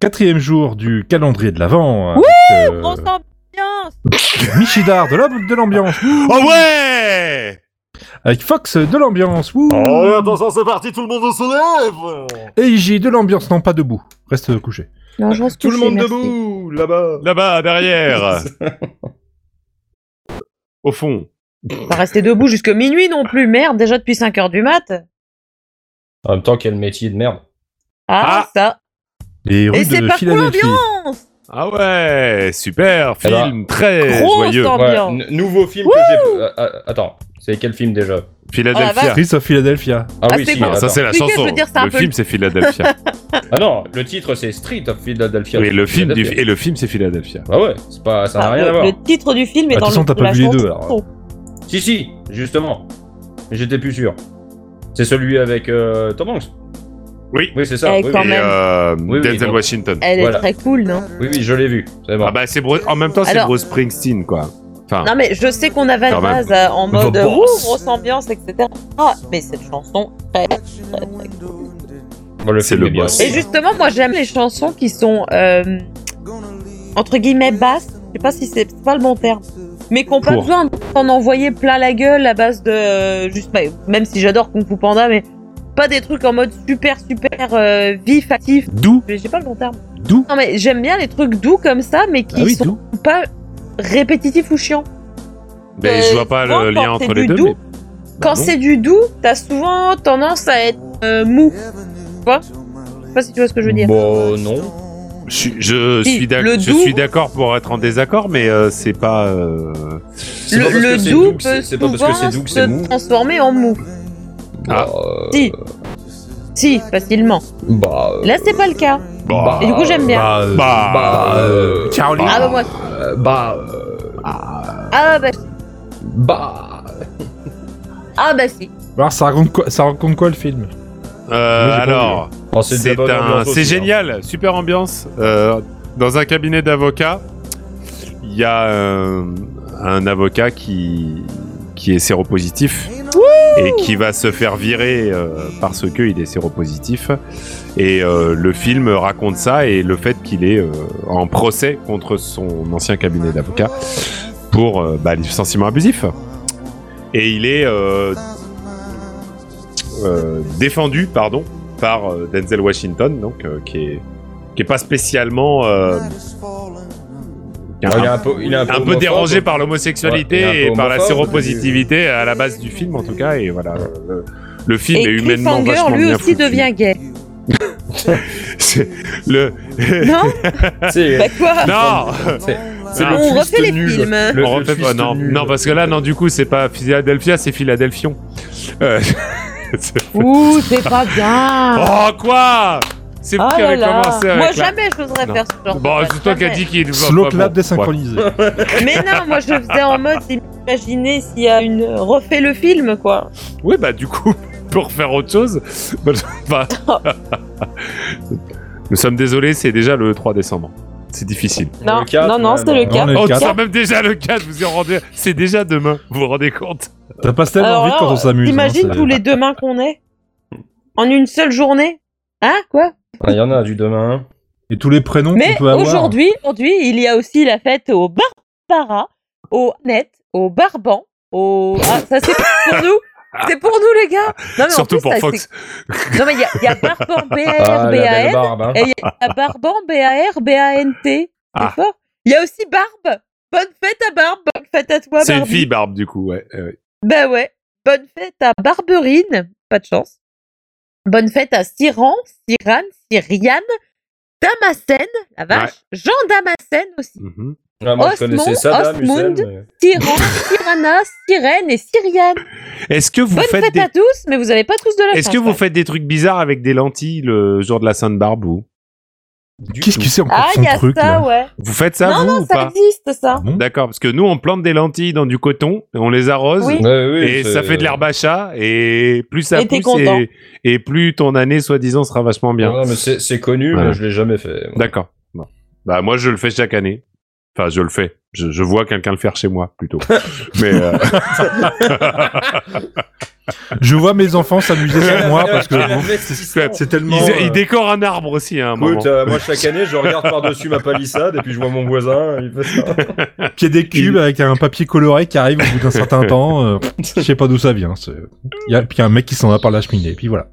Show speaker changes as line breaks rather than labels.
Quatrième jour du calendrier de l'Avent.
Wouh
avec, euh,
Grosse ambiance
Michidar de l'homme de l'ambiance.
Oh ouais
Avec Fox de l'ambiance. wouh
Oh attention, c'est parti, tout le monde se lève
Et IJ de l'ambiance. Non, pas debout. Reste couché.
Non, je reste
Tout le
couchée,
monde
merci.
debout, là-bas.
Là-bas, derrière Au fond.
Pas rester debout jusque minuit non plus, merde, déjà depuis 5 heures du mat.
En même temps, quel métier de merde.
Ah,
Ah.
ça
Les rues
Et c'est
de
parti
Philadelphie.
l'ambiance
Ah ouais Super
Elle a-
film, très
Eh ben, Grosse
joyeux.
ambiance. Ambiance.
n- nouveau film que j'ai. euh, euh, attends, c'est quel film déjà
Oh la
Philadelphia.
vache.
Triste of Philadelphia.
Ah,
Ah,
oui,
c'est
si.
bon.
Ah, ça
attends.
c'est la
Weekend, je
chanson.
veux dire, c'est un
le
peu
film
le-
c'est Philadelphia.
Ah non, le titre c'est Street of Philadelphia.
oui, le film du...
Philadelphia.
et le film c'est Philadelphia.
Ah ouais, c'est pas, ça n'a
Enfin,
rien
le,
à voir.
le titre du film est
Ah, de
dans
toute façon,
le
t'as
de
pas
la
vu les deux,
chanson.
alors.
Si, si, justement. Mais J'étais plus sûr. C'est celui avec euh, Tom Hanks.
Oui.
Oui, c'est ça.
Eh,
oui,
quand
oui.
Et
même.
euh,
oui,
Denzel
donc-
Washington.
Elle est
Voilà.
très cool, non
Oui, oui, je l'ai vu. C'est bon.
Ah bah c'est Bruce... en même temps c'est
Alors-
Bruce Springsteen quoi. Enfin,
Non mais je sais qu'on avait
Quand
la
même.
base euh, en mode
Vos
euh,
boss.
ouh, grosse ambiance, etc. Ah, mais cette chanson. très-
Bon, le
c'est
film
le
est bien.
boss.
Et justement, moi j'aime les chansons qui sont euh, entre guillemets basses. Je sais pas si c'est c'est pas le bon terme, mais qu'on pas
Court.
besoin d'en envoyer plein la gueule à base de euh, juste bah, même si j'adore Kung Fu Panda, mais pas des trucs en mode super super euh, vif actif.
D'où
J'ai j'ai pas le bon terme.
D'où
Non mais j'aime bien les trucs doux comme ça, mais qui
Ah oui,
sont
d'où
pas répétitifs ou chiants.
ben, je vois pas
souvent,
le
quand
lien
c'est
entre les
du
deux.
doux,
mais- Bah
Quand
non.
c'est du doux, t'as souvent tendance à être euh, mou. Tu vois Je sais pas si tu vois ce que je veux dire. euh,
Bon, Bah, non.
Je, suis- je
Si,
suis d'ac-
le
je
doux-
suis d'accord pour être en désaccord, mais euh, c'est pas. euh,
C'est
Le,
pas parce que
le
c'est
doux
doux que
peut
c'est- c'est pas parce que c'est doux
souvent
que c'est mou.
se transformer en mou.
Ah.
Bah, euh,
Si. Si, facilement.
Bah. euh,
Là, c'est pas le cas.
Bah,
Et du coup, j'aime
Ah.
bien.
Bah. euh,
bah,
Bah. euh,
Caroline.
Ah bah moi.
euh, bah. euh,
Ah bah,
bah.
ah bah si.
Alors, ça raconte quoi, ça raconte quoi le film
euh,
Moi, j'ai pas
alors,
Oh, de la
c'est
bonne
un,
ambiance
c'est
aussi, hein.
génial, super ambiance. Euh, dans un cabinet d'avocats, il y a euh, un avocat qui qui est séropositif et qui va se faire virer euh, parce que il est séropositif. Et euh, le film raconte ça et le fait qu'il est euh, en procès contre son ancien cabinet d'avocats pour euh, bah, licenciement abusif. Et il est euh, euh, défendu, pardon, par euh, Denzel Washington, donc euh, qui est qui est pas spécialement euh, qui est
Ah, il est
un,
un peu, il est un peu,
un peu
homophobe.
dérangé par l'homosexualité
Ouais, il est un peu
et par la
homophobe,
séropositivité à la base du film en tout cas et voilà euh, le, le film
Et
est humainement
Cliffhanger,
vachement
lui
bien
aussi,
foutu.
devient gay.
C'est- le
Non
C'est
Bah quoi
non
c'est- c'est
Ah.
le
On
twist
refait les
nul.
films.
Le-
On
le
refait pas,
twist
non,
nul.
non, parce que là, non, du coup, c'est pas Philadelphia, c'est Philadelphion. Euh, c'est-
Ouh, c'est pas bien.
oh, quoi C'est vous
Ah
qui
là
avez
là.
commencé avec
Moi,
la-
jamais je n'oserais
Non.
faire ce genre de
Bah,
Bon,
choses,
c'est toi qui as
jamais.
dit qu'il...
Slow
enfin, bon,
clap
ouais.
désynchronisé.
Mais non, moi, je faisais en mode, c'est imaginer s'il y a une. Refais le film, quoi.
Oui, bah, du coup, pour faire autre chose... bah, bah, Nous sommes désolés, c'est déjà le 3 décembre. C'est difficile.
Non,
Le quatre,
non, non, c'est
même.
le
Non, on est
cas.
le
Oh,
quatre.
c'est même déjà le 4, vous y rendez... C'est déjà demain, vous vous rendez compte
T'as pas tellement
Alors
envie
là,
quand on s'amuse. hein,
T'imagines
c'est-
tous les demain qu'on est En une seule journée Hein Quoi
Ah, Il y en a du demain.
Et tous les prénoms qu'on
Mais
peut avoir.
aujourd'hui, aujourd'hui, il y a aussi la fête au Barbara, au Annette, au Barban, au. Ah, ça c'est pour nous C'est pour nous, les gars Non, mais en
Surtout
plus,
pour
ça,
Fox.
c'est- Non, mais il y a- il y, a Barban,
Ah, la belle
B-A-R-B-A-N,
barbe. hein.
et il y a Barban, B-A-R-B-A-N-T.
Ah.
C'est fort Il y a aussi Barbe Bonne fête à Barbe Bonne fête à toi,
C'est une
Barbie
fille, Barbe, du coup, ouais. euh,
Ben ouais. Bonne fête à Barberine. Pas de chance. Bonne fête à Siran, Siran, Siriane, Damasène, la vache, Jean Damasène aussi.
mhm.
Ah, moi, je
Osmond,
connaissais Saddam Hussein.
Osmond.
mais-
Siran, Sirana, Sirène et Siriane.
Est-ce que vous
Bonne
faites
fête
des...
à tous, mais vous avez pas tous de la chance.
Est-ce que vous
ouais.
faites des trucs bizarres avec des lentilles le jour de la Sainte Barbe ou
Qu'est-ce que c'est encore
Ah, il
son
y a
truc
ça,
là
ouais.
Vous faites ça
non,
vous
non,
ou
ça
pas
existe,
Ah
ça.
bon
D'accord, parce que nous on plante des lentilles dans du coton, et on les arrose
Oui.
Ouais, oui,
et
c'est-
ça fait de l'herbe à chat et plus ça
Et t'es
pousse
content.
et, et plus ton année soi-disant sera vachement bien.
Ouais, mais c'est c'est connu,
Voilà.
mais je l'ai jamais fait. moi.
D'accord. Bon. Bah moi je le fais chaque année. Enfin je le fais. Je, je vois quelqu'un le faire chez moi plutôt. mais euh,
Je vois mes enfants s'amuser sur moi parce que bon,
que
c'est tellement.
Ils,
euh,
ils décorent un arbre aussi hein, à un moment.
Écoute, euh, moi chaque année, je regarde par-dessus ma palissade et puis je vois mon voisin, il fait ça.
qu'il y a des cubes avec un papier coloré qui arrive au bout d'un certain temps. euh, je sais pas d'où ça vient. c'est- Il y a, puis il y a un mec qui s'en va par la cheminée. Puis voilà.